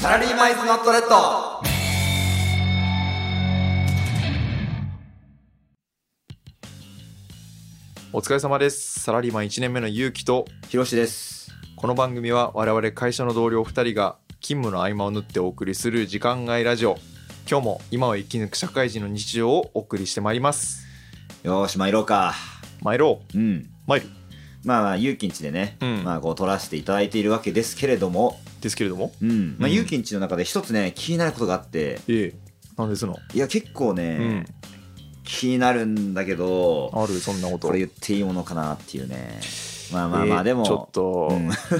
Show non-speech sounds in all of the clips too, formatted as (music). サラリーマイズノットレッドお疲れ様です。サラリーマン1年目のゆうきと、ひろしですこの番組は我々会社の同僚2人が勤務の合間を縫ってお送りする時間外ラジオ。今日も今を生き抜く社会人の日常をお送りしてまいります。よーし参ろうか参ろう。うん参る。まあまあゆうきんちでね、うんまあこう撮らせていただいているわけですけれどもですけれども。うんまあうんゆうきんちの中で一つね気になることがあってええ。なんですの。いや結構ね、うん。気になるんだけどある、そんなこと。これ言っていいものかなっていうねまあまあまえあえでも、ちょっと、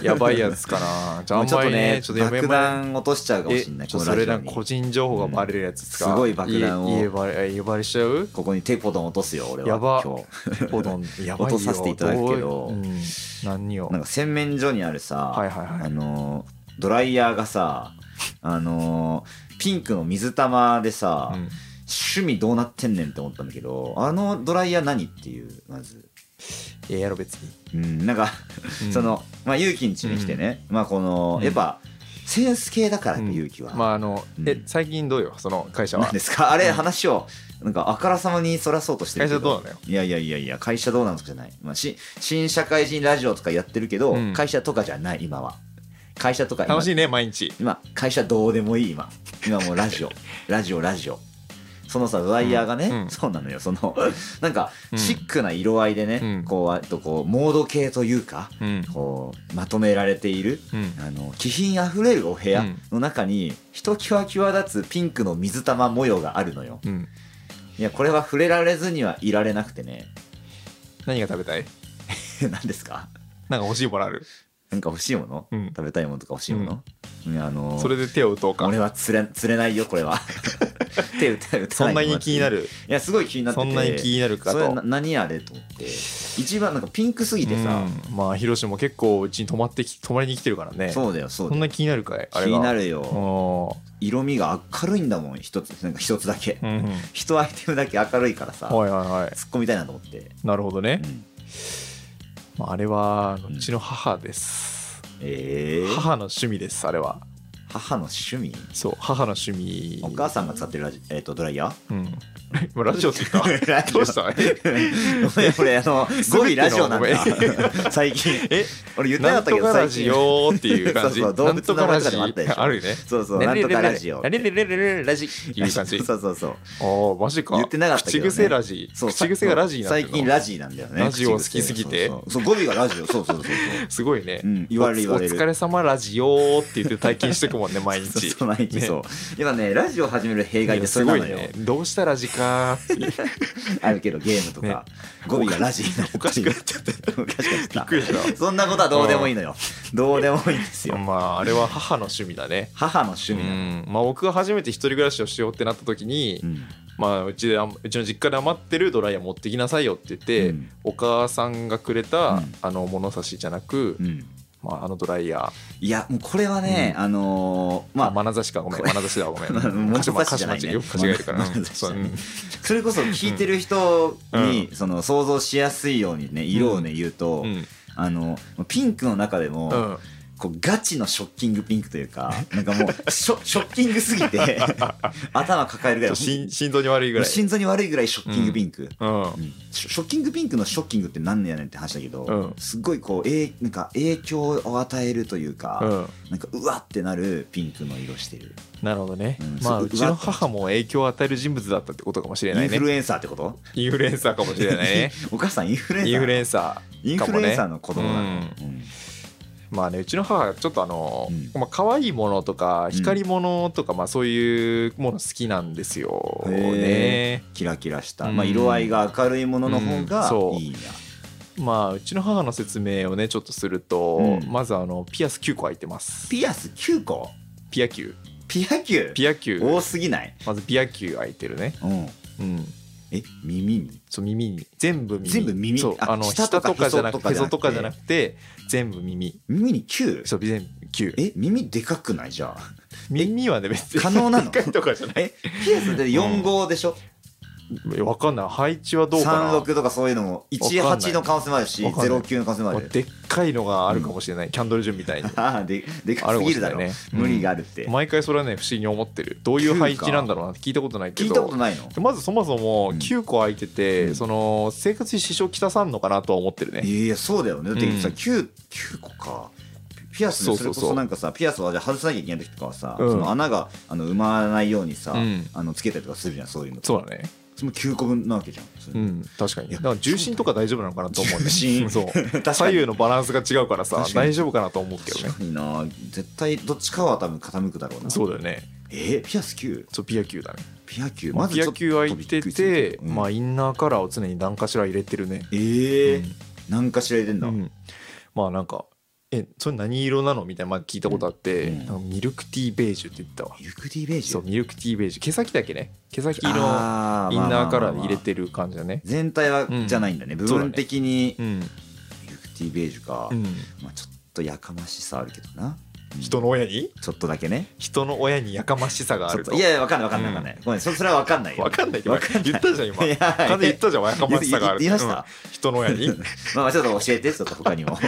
やばいやつ (laughs) かな。じゃあ、あんちょっまとりねね、ちょっとやめ爆ま弾落としちゃうかもえしれないちこょっのとそラれジオなんにか個人情報がバレるやつですか、うんすごい爆弾を家家バレ家バレしちゃうここにテポドン落とすよ俺はやば今日 (laughs) ポドンやばいよ落とさせていただくけどううん、何をなんか洗面所にあるさ、はいはいはいあのードライヤーがさあのーピンクの水玉でさ、うん趣味どうなってんねんって思ったんだけどあのドライヤー何っていうまず、ええやろ別に、うん、なんか、うんそのまあ勇気んちに来てね、まあこの、うんやっぱセンス系だからっうてん勇気は、まああの、えうん最近どうよその会社なんはですかあれ、うん話をなんかあからさまにそらそうとしてる会け社どうなのよいやいやいやいや会社どうなんとかじゃない、まあ、し新社会人ラジオとかやってるけど、うん会社とかじゃない今は会社とか今楽しいね毎日今会社どうでもいい今今もうラ (laughs) ジオラジオラジオそのさドライヤーがね、うんうんそうなのよそのなんかうんシックな色合いでね、うんこうあとこうモード系というかうんこうまとめられているうんあの気品あふれるお部屋うんの中に、ひときわ際立つピンクの水玉模様があるのようんいやこれは触れられずにはいられなくてね (laughs) 何が食べたい何ですかなんか欲しいものある、なんか欲しいもの、うん食べたいものとか欲しいもの、いやあのーそれで手を打とうか俺は釣れ釣れないよこれは (laughs) 手打た打たそないんなに気になるいやすごい気になってそてんなに気になるかそれなと何あれと思って一番なんかピンクすぎてさ、うん、まあ広島も結構うちに泊まってき泊まりに来てるからねそうだよそうそだんよな気になるかいあ気れがになるるよ色味が明るいんだもん一つなんか一つだけ、うん、うん、はい一アイテムだけ明るいからさ、はいは突っ込みたいなと思って、いなるほどねう、んまあ、あれはあのうんうちの母です、えー、母の趣味ですあれは母の趣味そう母の趣味お母さんが使ってるラジ、えー、とドライヤーうん (laughs) 今ラジオって言 (laughs) っラジたオどうしたえごめん俺あの語尾ラジオなんだ滑ってん最近え俺言ってなかなっんたけとどか最ラジ近オっていう感じ。そうそう動なん物とのかラ名前とかジでもあったでしょあるよね。そうそうなんとかラジオレレレレレレレレラジっていう感 (laughs) じ。そうそうそうおおマジか。言ってなかったけどね口癖ラジ。そう口癖がラジになってる最の近ラジなんだよねラジオ好きすぎて口癖そうそうそう語尾がラジオそう (laughs) そうそうそうすごいね。うん言われる言われるお疲れ様ラジオって言って体験してくもんね (laughs) 毎そう日。そう毎日そう今ねラジオ始める弊害っいやてそすれなごいのよね。どうしたラジかーっていう。あるけどゲームとねか語尾がラジになるおかしくなっちゃった。おかしくなっちびゃっっくりしたそんなことはどうでもいいのよどうでもいいんですた。よまああれは母の趣味だね。母の趣う味なのん。まあ僕が初めて一人暮らしをしようってなった時にう、んまあ、うちであんうちの実家で余ってるドライヤー持ってきなさいよって言って、うんお母さんがくれた、うんあの物差しじゃなく、うんまあ、あのドライヤいやもうこれはねあのーー、まあ、まあ眼差しかごめんこれ眼差しだわごめん (laughs) 物差しじゃないねよく間違えるから、うん物差しじゃそうなういんそれこそ聞いてる人にうその想像しやすいようにね色をね言うとうんあのピンクの中でも、うんこうガチのショッキングピンクというか (laughs) なんかもうショショッキングすぎ (laughs) て頭抱えるぐちょらっとい心心臓に悪いぐらい、心臓に悪いぐらいショッキングピンク、ううん、んショショッキングピンクのショッキングって何やねんって話だけど、うんすっごいこう、えいなんか影響を与えるというか、うん、なんかうわってなるピンクの色してる、なるほどね、うんまあそううちの母も影響を与える人物だったってことかもしれなインいねフルエンサーってことインフルエンサーかもしれないねお母さんインフルエンサーインフルエンサイーンかフもルエンねサーの子供なの、うんまあねうちの母はちょっとあの、うまあ可愛いものとかうん光り物とか、まあそういうもの好きなんですよへね。キラキラした、うんまあ、色合いが明るいものの方うんがそういいんだ、まあうちの母の説明をねちょっとすると、うんまずあのピアス9個開いてます。ピアス9個ピア9ピア球ピア9多すぎない、まずピア9開いてるね。うん、うん。え耳にそう耳に全部耳全部耳そうああの舌と舌かとかじゃなくてへへそそととかじかじゃゃななくくて全部耳耳に 9? そう全部9え耳でかくないじ (laughs) ゃあ耳はね別に可能なの (laughs) 一回とかじゃないえピアスで4号でしょ、わかんない配置はどうかな36とかそういうのもわかんない18の可能性もあるしわかんない09の可能性もあまあるでっかいのがあるかもしれない、キャンドル順みたいに (laughs) ああででかすぎるだろ、あるかもしれないねうん無理があるって、毎回それはね不思議に思ってるどういう配置なんだろうなって聞いたことないけ聞どいたことないのまずそもそもうん9個空いてて、うんその生活に支障きたさんのかなとは思ってるね、いやそうだよねだってうんさ、9, 9個かピアスそうねそそうそれこうそなんかさピアスはじゃあ外さなきゃいけない時とかはさ、うんその穴があの埋まらないようにさ、うんあのつけたりとかするじゃんそういうのそうだねその9個分なわけじゃんそれうん確かにいやだから重心とか大丈夫なのかなと思うね重心そう (laughs) 確かに左右のバランスが違うからさ確かに大丈夫かなと思うけど確ねかにな絶対どっちかは多分傾くだろうなそうだよねえーピアス 9? そうピア級だねピア9ままあ、ずピちょアっと級空いてびっくりするてけ、どうんまあ、インナーカラーを常に何かしら入れてるね、ええうんなんかしら入れてんうだ、ん、まあなんか「えそれ何色なの?」みたいなまあ聞いたことあって、うんなんかミルクティーベージュって言ったわミルクティーベージュそうミルクティーベージュ毛先だけね毛先のインあーナーカラーにまあまあま入れあまあてる感じだね全体はじゃないんだね、部そうだね分的にうん、ミルクティーベージュか、うん、まあ、ちょっとやかましさあるけどな、うん人の親にちょっとだけね人の親にやかましさがあちょるっとといやいやわかんないわかんないわかんない、ごめんそそれはわかんないよわかんないけどわかんない言ったじゃん今いや完全に言ったじゃんやかましさがある言いました、うん人の (laughs) 親にまあちょっと教えてちょっと他にも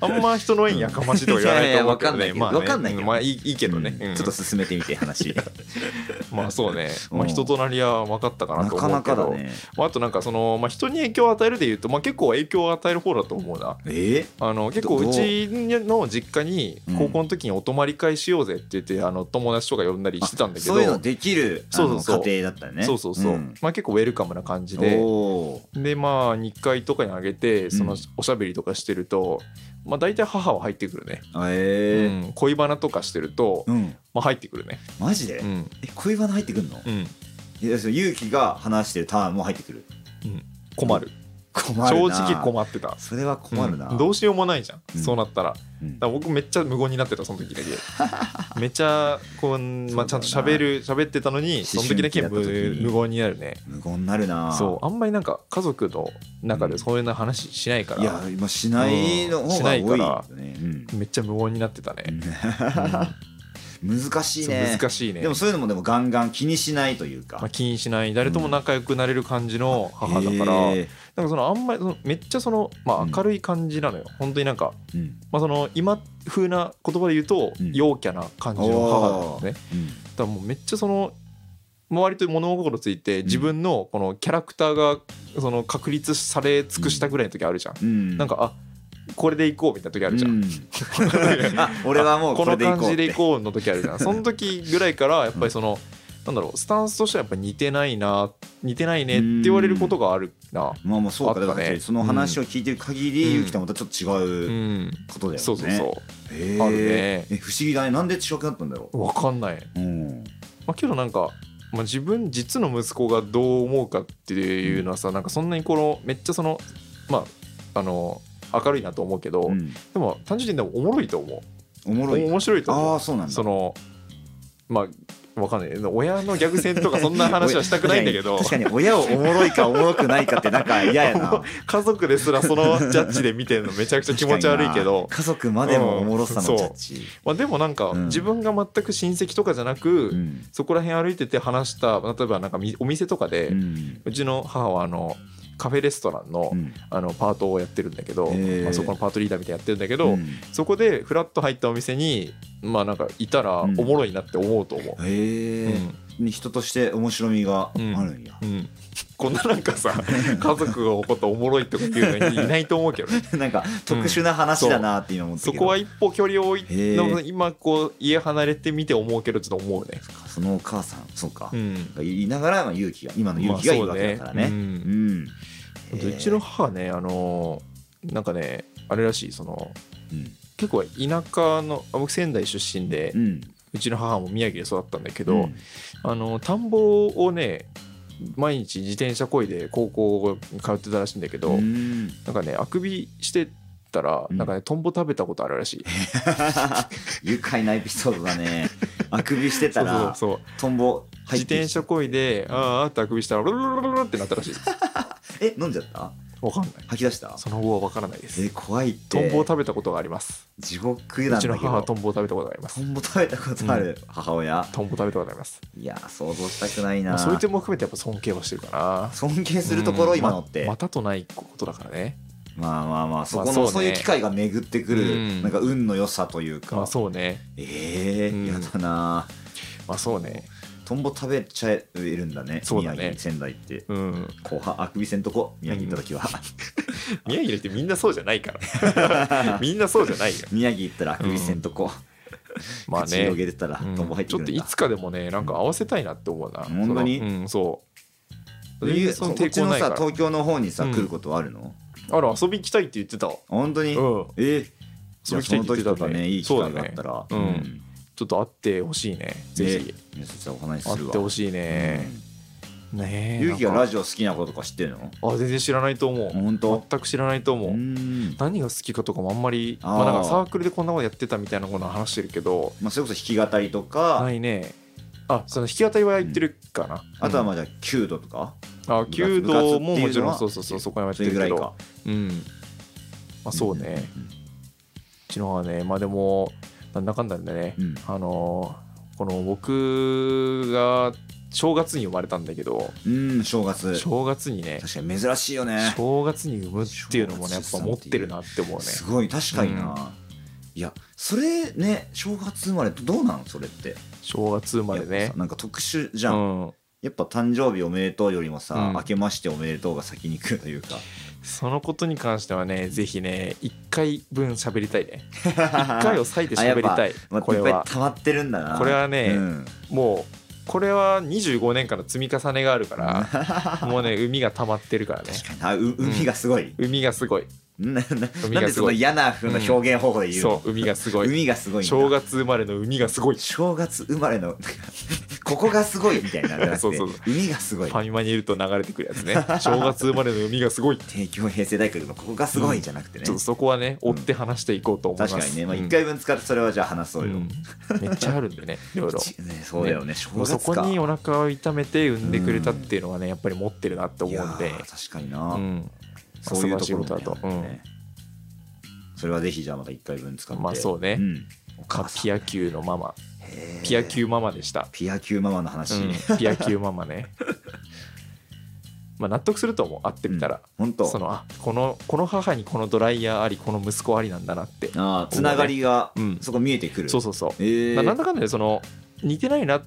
あんま人の親にやかましいとか言わないと思うけどいやいねやまあわかんないねけどまあいいいいけどね、うんうんちょっと進めてみて話まあそうね、うんまあ、人となりは分かったかななとか思なうけかだどねまあ、あとなんかその、まあ、人に影響を与えるでいうと、まあ、結構影響を与える方だと思うなえあの結構どううちの実家にうん高校の時にお泊まり会しようぜって言ってあの友達とか呼んだりしてたんだけどそういうのできるあそうのそうそう家庭だったねそうそうそう、んまあ、結構ウェルカムな感じでおーでまあ2階とかに上げてそのうんおしゃべりとかしてると、まあ、大体母は入ってくるね、あえうん、恋バナとかしてると、ーうん、まあ、入ってくるね、マジで、うえん恋バナ入ってくんの、うん、いやその勇気が話してるターンも入ってくる困る困るな正直困ってたそれは困るな、うんどうしようもないじゃん、うんそうなったらうんだから僕めっちゃ無言になってたその時だ (laughs) けめっちゃこう、まあ、ちゃんと喋る喋ってたのにその時だけ無思春期だった時に無言になるね無言になるなそうあんまりなんか家族の中でそういうな話しないから、いや今しないの方が多いようんしないかね、うんめっちゃ無言になってたね、 (laughs) 難しいそうね難しいねでもそういうのもでもガンガン気にしないというか、まあ、気にしない誰とも仲良くなれる感じの母だから、へえなんかそのあんまりそのめっちゃその、まあ、うん明るい感じなのよ、本当になんか、うんまあ、その今風な言葉で言うと、うん陽キャな感じの母だよねうんだからもうめっちゃその周りと物心ついて自分のこのキャラクターがその確立され尽くしたぐらいの時あるじゃん、うん、なんかあこれでいこうみたいな時ああるじゃん、 (laughs) あ俺はもうここれのでいこう感じでいここうの時あ (laughs) るじゃんその時ぐらいからやっぱりその、なんだろうスタンスとしてはやっぱ似てないな似てないねって言われることがあるなうまあまあそうかあったねだからその話を聞いてる限り、うんゆうきとはまたちょっとう違うんことだよね、そうそうそうへえあるねえ不思議だねなんで違くなったんだろ分かんない、う、うん、まあ、けどなんか、まあ、自分実の息子がどう思うかっていうのはさなんかそんなにこのめっちゃそのまああの明るいなと思うけど、うんでも単純にでもおもろいと思うおもろい面白いとあ思あそうなんうだそのまあわかんない親のギャグ戦とかそんな話はしたくないんだけど確かに確かに親をおもろいかおもろくないかってなんか嫌やな家族ですらそのジャッジで見てるのめ (laughs) ちゃくちゃ気持ち悪いけど確かにな家族までもおもろさのジャッジ、まあ、でもなんかうん自分が全く親戚とかじゃなく、うんそこら辺歩いてて話した例えばなんかみお店とかで、ううんちの母はあのカフェレストランの,、うんあのパートをやってるんだけど、へーまあ、そこのパートリーダーみたいなやってるんだけうど、んそこでフラッと入ったお店にまあなんかいたらおうんもろいなって思うと思う。へえ、人として面白みがあるんや、うんうんこんななんか (laughs) さ家族が怒ったおもろいとかっていうのいないと思う (laughs) けどねなんか特殊な話だなって今思ったけそど、こは一歩距離を置いへー今こう家離れてみて思うけどちょっと思うねそのお母さんそうか、うん言いながらまあ勇気が今の勇気がいるわけだからね,、まあそううんあとうちの母はねあのーなんかねあれらしいそのうん結構田舎のあ僕仙台出身で、ううんちの母も宮城で育ったんだけけど、あの田んぼをね毎日自転車こいで高校に通ってたらしいんだけど、うん、なんかねあくびしてたら、うんなんかねトンボ食べたことあるらしい愉快なエピソードだ (laughs) ねあくびしてたらそうそうそうトンボ自入って転きた車こいであーあーってあくびしたらルルルルルルってなったらしいえ飲んじゃったわかんない吐き出したその後はわからないでえすー怖いってトンボを食べたことがあります地獄うなんだちけのど母はトンボを食べたことがありますトンボ食べたことある、母親トンボ食べたことありますいやー想像したくないまなあそういう点も含めてやっぱ尊敬はしてるかな尊敬するところうん今のってまままたとないことだからねあまあまあそこまのあそ,、そううねいう機会が巡ってくうるんなんか運の良さというか、まあそうねええうんー、やだなまあそうねトンボ食べちゃえるんだねそうだね宮城仙台ってうん後半あくびせんとこ宮城行った時は、宮城の人みんなそうじゃないから (laughs) みんなそうじゃないよ宮城行ったらあくびせんとこ、まあ口広ねげてたらうんトンボ入ってちょくっるとんいだ、つかでもねなんか合わせたいなって思うな本当にそのうんそうというそのこっ抵ち抗のないかさら東京の方にさ、うん来ることはあるのあら遊び行きたいって言ってた本当に、うんえーじゃ遊あびそ行きたいの時って言ってとたかねねいい機そうだ会ねがあったらうんちょっと会ってほしいねぜひねそしたらお話し会すっるわてほしいねねえゆうきがラジジオ好きなこととか知ってるのあ全然知らないと思う本当全く知らないとう思うん何が好きかとかもあんまりあーまあなんかサークルでこんなことやってたみたいなことは話してるけどまあ、それこそ弾き語りとか、ないねあその弾き語りは言ってるかな、あとはうんまあじゃあ弓道とか、あ部活弓道もも部活っていちろうのはんそうそうそうそこにもやっそてれるぐけらいどかうんまあそうねうちのはねまあでもなんだかんだでね、うんあのーこの僕が正月に生まれたんだけどうん、うんうん正月正月にね確かに珍しいよね正月に産むっていうのもねやっぱ持ってるなって思うねすごい確かにな、いやそれね正月生まれってどうなんそれって正月生まれやっねぱさなんか特殊じうゃん、んやっぱ誕生日おめでとうよりもさ、うん明けましておめでとうが先に来るというかそのことに関してはねぜひね1回分喋りたいね1回を割いてあやっ喋りぱたい (laughs) まあこれいっぱはい溜まってるんだなこれはねうんもうこれは25年間の積み重ねがあ (laughs) るからもうね海が溜まってるからね確かにあう海がすごい、海がすごい (laughs) なななんがすごいでその嫌な風な表現方法で言うの、そう海がすごい海がすごいんだ正月生まれの海がすごい正月生まれのここがすごいみたいなのじゃなくて (laughs) そうそうそう海がすごいファミマにいると流れてくる (laughs) やつね正月生まれの海がすごいち帝京平成大学のここがすごいじゃなくてね、ょっとそこはね追って話していこうと思います確かにね、まあ、うん1回分使ってそれはじゃあ話そううよ、んめっちゃあるん (laughs) でねいろいろちね、そうだよね正もう月そかこにお腹を痛めて産んでくれたっていうのはねやっぱり持ってるなって思うんいでやー確かにうな、んそういうところ素晴らしいことだともねそれはぜひじゃあまた1回分使ってまあそうねん、おか母さんピア級のママへーピア級ママでしたピア級ママの話、うん、ピア級ママねまあ納得すると思う会ってみたら、本当そのあこのこの母にこのドライヤーありこの息子ありなんだなってあーつながりがうんそこ見えてくる、そうそうそう、えーまあなんだかんだでその似てないな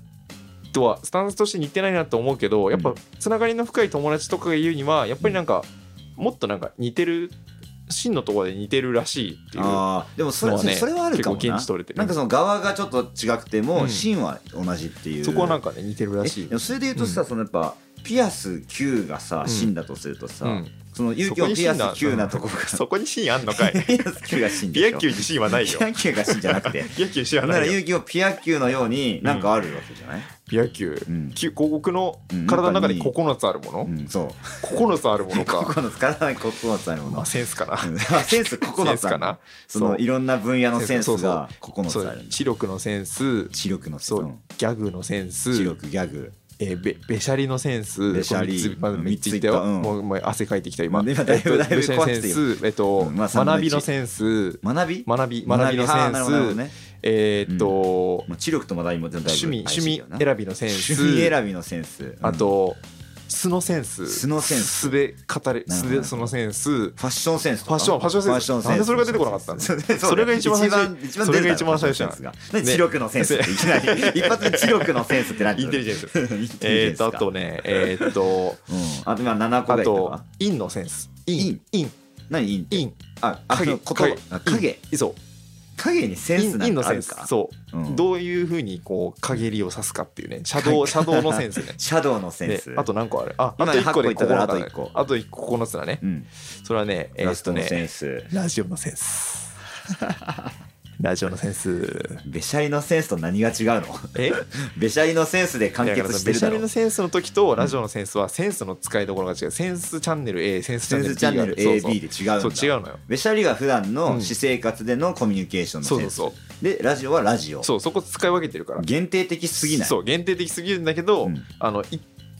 とはスタンスとして似てないなと思うけどやっうぱんつながりの深い友達とかが言うにはやっぱりなんか、もっとなんか似てる真のところで似てるらしいっていうあーでもそれ,、のはねそれはあるかも結構な現地取れてるなんかその側がちょっと違くても、うん芯は同じっていうそこはなんかかね似てるらしいでもそれで言うとさ、うそのやっぱピアス Q がさうん芯だとするとさ、うんその勇気のピアス Q なとこがそこに (laughs) 芯あんのかい (laughs) ピアス Q が芯でピしアょ級に芯はないよピア Q が芯じゃなく (laughs) てピア級知らなならいよ勇気をピア Q のようになんかあるわけじゃない、ピア級うんき僕のうん体の中に中に9つあるもの、うん、そう9つあるも (laughs) のか、 9つ体に9つあるもの、まあ、センスかな、うんあセンスセ9ンつスあるかなそのそういろんな分野のセンスそうそうが9そつあうる知力のセンス知力のセンそスううんギャグのセンス知、力ギャグえーべべしゃりのセンスべしゃりこの三うんつまあ三ついったよ、三ついったうんもうもう汗かいてきた今、ねだいぶえっとだいぶべしゃりのセン壊ス、えっとうんまあ三の一学びのセンス学び学び学びのあセーンなるス、ほどなるほどねえーっと、まあ、知力と学びもだいぶ趣味怪趣しい味けどな選びのセンス趣味選びのセンス、うんあと素のセンス素のセンス素で語れなるほ素どでそのセンスファッションセンスとかファッションファッションセンスなんでそれが出てこなかったの (laughs) そうそうそれが一番最初一番それが一番出てたのファッ最初ションセンスが何ね知力のセンスってい (laughs) きなり一発で知力のセンスって何インテリジェンス (laughs) インテリジェえーンっスかとあとねえー (laughs) っとうんあと今7個あぐらいととか陰のセンス陰陰陰何イン陰ああ影の言葉あ影そう影にセンスな陰陰んのかあセンるスかそう、うんどういうふうにこう陰りを指すかっていうねシャドウシャドウのセ (laughs) ンスねシャドウのセンでスあと何個あるああ今と1個八個で言ったから9つあだねと一個あと1個9つだねうんそれはねえラースっとトのセねンスラジオのセンスラジオのセン (laughs) スべしゃりのセンスと何が違うの (laughs) えべしゃりのセンスで完だから結しそのてベるシャだリろのセンスの時とラジオのセンスはセンスの使いどころが違うセンスチャンネル A センスチセャンンネスルチャンネル B があ AB るで違うんそうだそう違うのよべしゃりが普段うのん私生活でのコミュニケーションのそうセそうンスそうでラジオはラジオそうそこ使い分けてるから限定的すぎないそう限定的すぎるんだけど、うんあのい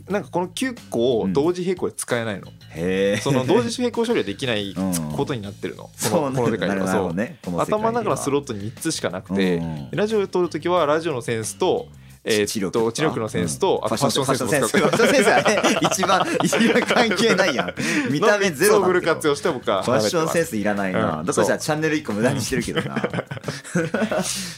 なんかこの9個を同時並行で使えないの、へえ (laughs) その同時並行処理はできないうんことになってるの、そこうのなこのん世だ界なでるはほそどうねこの世界に頭はの中のスロットに3つしかなくて、うんラジオで撮るときはラジオのセンスと,、えーっと知力とか知力のセンスと、うんあとファッションセンスもファッシ使うョンセンスファッションセンスはね一番一番関係ないやん見た目ゼロをだフけルど活用して僕はファッションセンススいらないな、うんだとしたらチャンネル1個無駄にしてるけどな (laughs)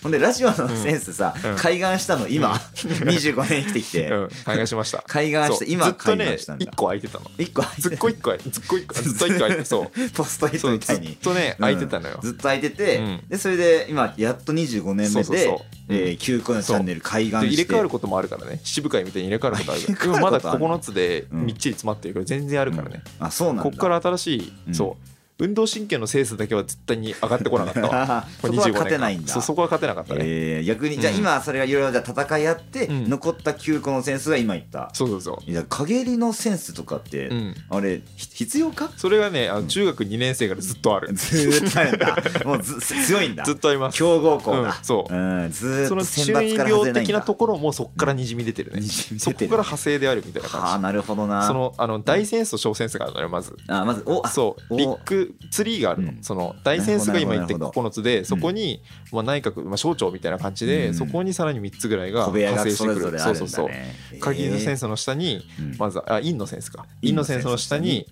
ほんでラジオのセンスさ、うん開眼したの今、25年生 (laughs) きてきて、うん開眼し (laughs) ました開眼しそてう今ずっと開ね眼したんだ、 1個空いてたの一個開いずっこ1個空い (laughs) てずっこ1個ずっと1個空いてそうてポストイットそうみたずいっにとね空いてたのよ、ずっと開いてて、うんでそれで今やっと25年目そうそうでそうえー9個のチャンネル開眼でして入れ替わることもあるからね渋川みたいに入れ替わることある (laughs) 入れ替かわるら今まことあだる9つでみっちり詰まってるから全然あるからね、あそうなんだこっから新しい、うんそう運動神経のセンスだけは絶対に上がってこなかった (laughs) わそこは勝てないんだそうそこは勝てなかったね、えー逆にじゃあうん今それがいろいろじゃあ戦い合って、うん残った9個のセンスが今言った、そうそうそいや陰りのセンスとかって、ううんあれひ必要かそれがねあうんの中学2年生からずっとある、ずーっとあるんだ (laughs) もうず強いんだずっとあります強豪校だ、、うんそうん、ずーっそとの選中抜二から外れ病ないん的なだところもそこからにじみ出てる (laughs) ね、滲みそ出てこからる派生であるみたいなはあ感なるほどなじそのあの大センスと小センスがあるのよまずあまずおあそうおビッグツリーがあるの、うんその大センスが今言ってなるほどなるほ9つでそこに、まあ、内閣、まあ、省庁みたいな感じで、うんそこにさらに3つぐらいが小部屋が派生しそてくれるぞれあそるうんだそうねそう鍵のセンスの下にえーうんまずあ陰のセンスか陰陰ののセンセンススのの下下にに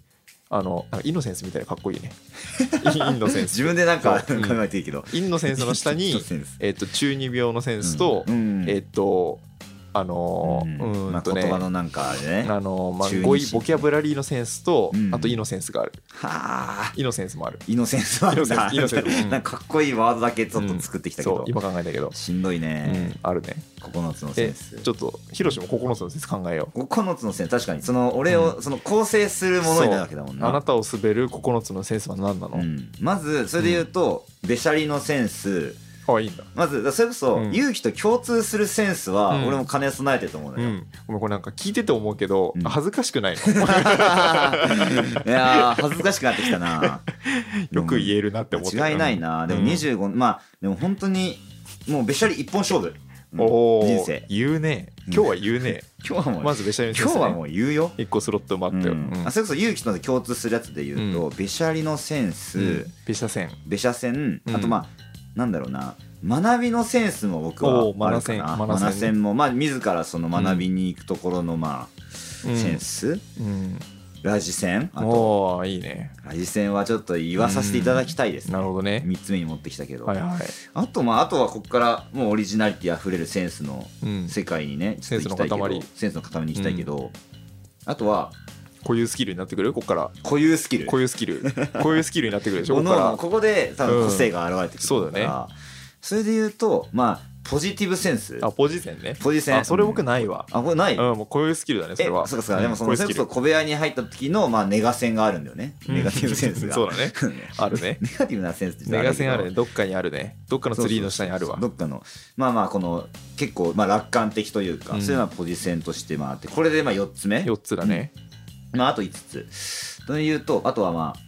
あのなんか陰のセンスみたいなかっこい (laughs) いね陰のセンス自分でなんかそううん考えていいけど陰のセンスの下陰にのセンスえっと中二病のセンスと、うんえっとあのうんーうまーあんと言ね、葉のなんかあれねはあのーまあ中二語彙心ボキャブラリーのセンスと、うんあと陰のセンスがあるあ陰のセンスもあるイノセンスはあるんだイノセンスイノセンスうんなんかかっこいいワードだけちょっと作ってきたけそうど今考えたけど、しんどいねうん、あるね9つのセえンスちょっとヒロシも9つのセンス考えよう9つのセンス確かにその俺をその構成するものになるわけだもんあななたを滑る9つのセンスは何なうの、んまずそれで言うとべしゃりのセンスあいいんだまずそれこそうん勇気と共通するセンスはうん俺も兼ね備えてると思うの (laughs) うよん、ごめんこれなんか聞いてて思うけど、うん恥ずかしくないの (laughs) いやー恥ずかしくなってきたな (laughs) よく言えるなって思って違いないなでもうん25、まあでも本当にもうべしゃり一本勝負、うんおお人生言うね今日は言うね、今日 (laughs) はもう、まずべしゃりのセン今ス、日ね、はもう言うよ、一個スロットもあうったよ、うんんあそれこそ勇気と共通するやつで言うと、べしゃりのセンス、うんべしゃせんべしゃせんうんあとまあ、なんだろうな学びのセンスも僕はおーあるかなマナセンマナセンマナセンもまあ自らその学びに行くところのまあ、うんセンスうんラジセンあとおおいいねラジセンはちょっと言わさせていただきたいですね、なるほどね3つ目に持ってきたけど、はいはい、あとまああとはここからもうオリジナリティあふれるセンスのうん、世界にね、ちょっと行きたいけどセセンンスの塊スの塊に行きたいけど、あとは固有スキルになってくるここから固有スキル固有スキ (laughs) ル固有スキルになってくるでしょおこのこおかのらここで多分個性が現れてくるから、うんそうだよそれで言うとまあポジティブセンスあポジセンねポジセンあそれ僕ないわ、あこれない、うん、もう固有スキルだねそえれはそうかそうかでもその固有そスれキこルそ小部屋に入った時のまあネガセンがあるんだよねネガティブセンスが (laughs) そうだねあるね (laughs) ネガティブなセンスってネガセンあけるねどどっかにあるねどっかのツリーの下にあるわどっかのまあまあこの結構まあ楽観的というか、うんそういうのはポジセンとしてまああってこれでまあ4つ目4つだね、まああと5つというとあとはまあ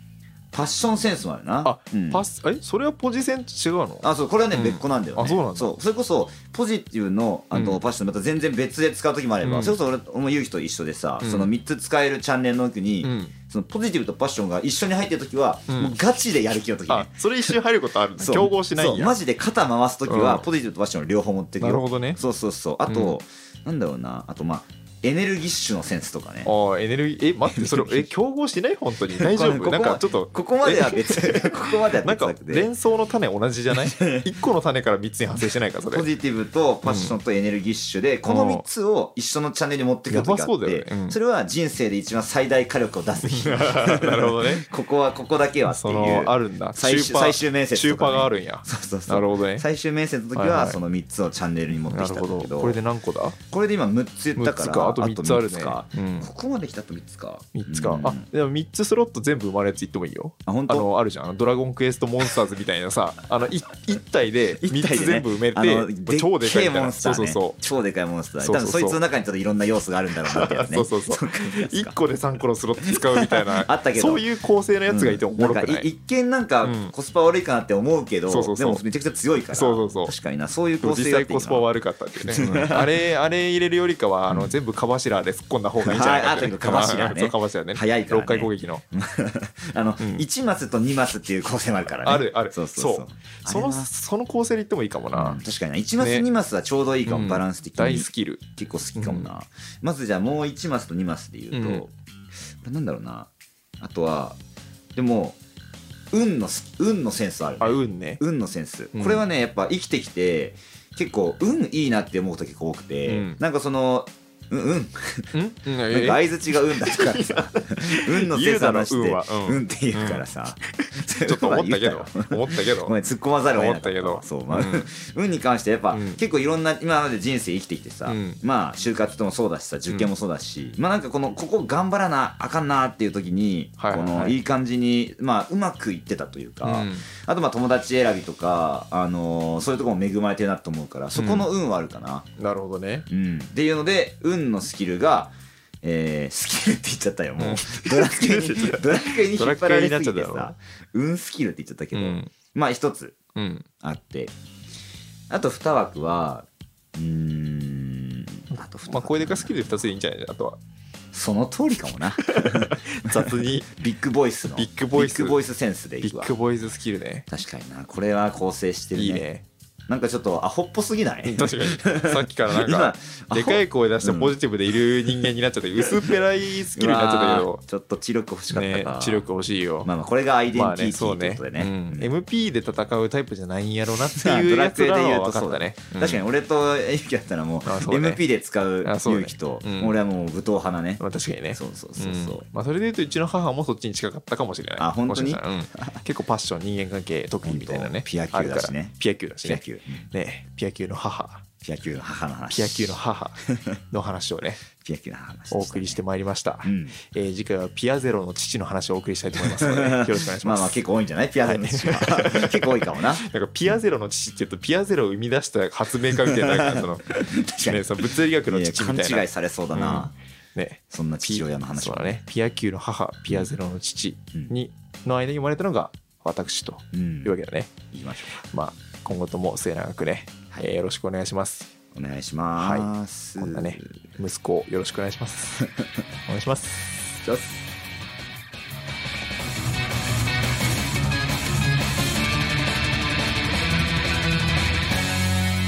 パッションセンスもあるなあうんパスえそれはポジセンと違うのあそうこれはね、うん別個なんだよねあそうなんだそうそれこそポジティブのあうとんパッションまた全然別で使う時もあれば、うんそれこそ俺俺も言う人一緒でさ、うんその3つ使えるチャンネルの奥に、うんそのポジティブとパッションが一緒に入ってる時は、うんもうガチでやる気の時あねそれ一瞬入ることあるんだそう競合しないんそうやマジで肩回す時は、うんポジティブとパッションを両方持ってくなるほよどねそうそうそうあと、なんだろうなあとまあエネルギッシュのセンスとかねああエネルギーえ待って (laughs) それえ競合してない本当に大丈こ夫こなんかちょっとここまでは別 (laughs) ここまではなん別かだけど連想の種同じじゃ (laughs) ない一個の種から三つに発生してないかそれポジティブとパッションとエネルギッシュで、この3つを一緒のチャンネルに持ってくる時がやあばっそうだよてねうんそれは人生で一番最大火力を出す日 (laughs) なるほどねここはここだけはってそいうのあるんだ最終中パ最終面接中とかねパがあるんやそうそうそうなるほどね最終面接の時はいははいその3つをチャンネルに持ってなきたんるだけほど、どこれで何個だこれで今6つ言った6からつかあと3つあるねあとかうんここまで来たあと3つか3つか、うんあでも3つスロット全部埋まるやつ言ってもいいよあ本あ当のあるじゃんあのドラゴンクエストモンスターズみたいなさあの 1, 体で (laughs) 一体3つ全部埋めて、あのもう超でかっけえいみたいモなンスタそーうねそうそう超でかいモンスターそうそうそ多分うそいつの中にちょっといろんな要素があるんだろうなってやつね (laughs) そうそうそうっかそっか1個で3個のスロット使うみたいな (laughs) あったけどそういう構成のやつがいておもろくない,、んか一見なんかうんコスパ悪いかなって思うけど、そうそうそうでもめちゃくちゃ強いからそうそうそう確かになそういうでも構成実だっ際ていいなコスパ悪かったっていうね、うんあれあれ入れるよりかはあの全部皮カバシラーで突っ込んだ方がいいんじゃないかはいあとかカバシラーねそうカバシラーね早いからね6回攻撃のあの、うん一マスと二マスっていう構成もあるからねあるあるそうそうそうそあのれはその構成でいってもいいかもう、なん確かにな1マスね2マスはちょうどいいかも、うんバランス的に大スキル結構好きかもな、まずじゃあもう1マスと2マスで言うと、うんこれなんだろうなあとはでも運のス運のセンスある、ねあ運ね運のセンス、うんこれはねやっぱ生きてきて結構運いいなって思う時結構多くて、うんなんかそのうんうんうんうんなんえか相槌が運だとか (laughs) さ運のセンス話して言うだろ運はうん運って言うからさ、えちょっと思ったけ運はど (laughs) 言うだろ思ったけどごめん突っ込まざるを得なかった思ったけそどう、まあうん運に関してやっぱ、うん結構いろんな今まで人生生きてきてさ、うんまあ就活ともそうだしさ受験もそうだし、まあなんかこのここ頑張らなあかんなっていう時に、はいはいはいこのいい感じにまあうまくいってたというか、うんあとまあ友達選びとか、あのーそういうとこも恵まれてるなと思うからそこの運はあるかな、なるほどねうんっていうので運のスキルが、えースキルって言っちゃったよもう、うんドラクエ (laughs) スキルって言っちゃにっドラクエに引っ張られすぎドラクエになっちゃてったよなさ運スキルって言っちゃったけうど、んまあ一つうんあってあと2枠はうーんあと2枠まあ声でかスキルで2つでいいんじゃないあとはその通りかも (laughs) な雑にビッグボイスのビッグボイスビッグボイスセンスでビいくわッグボイススキルね確かになこれは構成してるねいいねなんかちょっとアホっぽすぎない (laughs) 確かにさっきからなんか今でかい声出してうんポジティブでいる人間にな (laughs) っちゃって薄っぺらいスキルになっちゃったけうわどーちょっと知力欲しかったねか、知力欲しいよまあまあこれがアイデンテまあィテねィそうってことねうでんね,、 MP で戦うタイプじゃないんやろうなっていう (laughs) やつらは分かったねうん確かに俺と勇気だったらもうあそうね MP で使うあそうね勇気と、うん俺はもう武闘派なねまあ確かにねそうそうそうそう、んまあ、それで言うとうちの母もそっちに近かったかもしれないあ本当にもしかしたらうん結構パッション人間関係得意みたいな本ね当ピア級だしねあるからピア級だしピアね級、うんねピア級の母ピア級の母の話ピア級の母の話 (laughs) をねピア級の母の話でしたおね送りしてまいりました、うんえー次回はピアゼロの父の話をお送りしたいと思 (laughs) いますので、よろしくお願いしままあすまあ結構多いんじゃないピアゼロの父は結構多いかもななんかピアゼロの父って言うとピアゼロを生み出した発明家みたいななんか (laughs) そのかにね、その物理学のいや父み勘たいな違いされそうだな、うんねそんな父親の話そうはだねピア級の母ピアゼロの父に、の間に生まれたのが私とうんいうわけだね、言いましょうかまあ今後とも末永くね、はいえーよろしくお願いしますお願いします、こんなね息子をよろしくお願いします (laughs) お願いしますじゃあ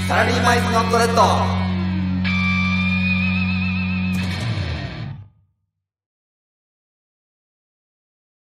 サラリーマイズノットレッド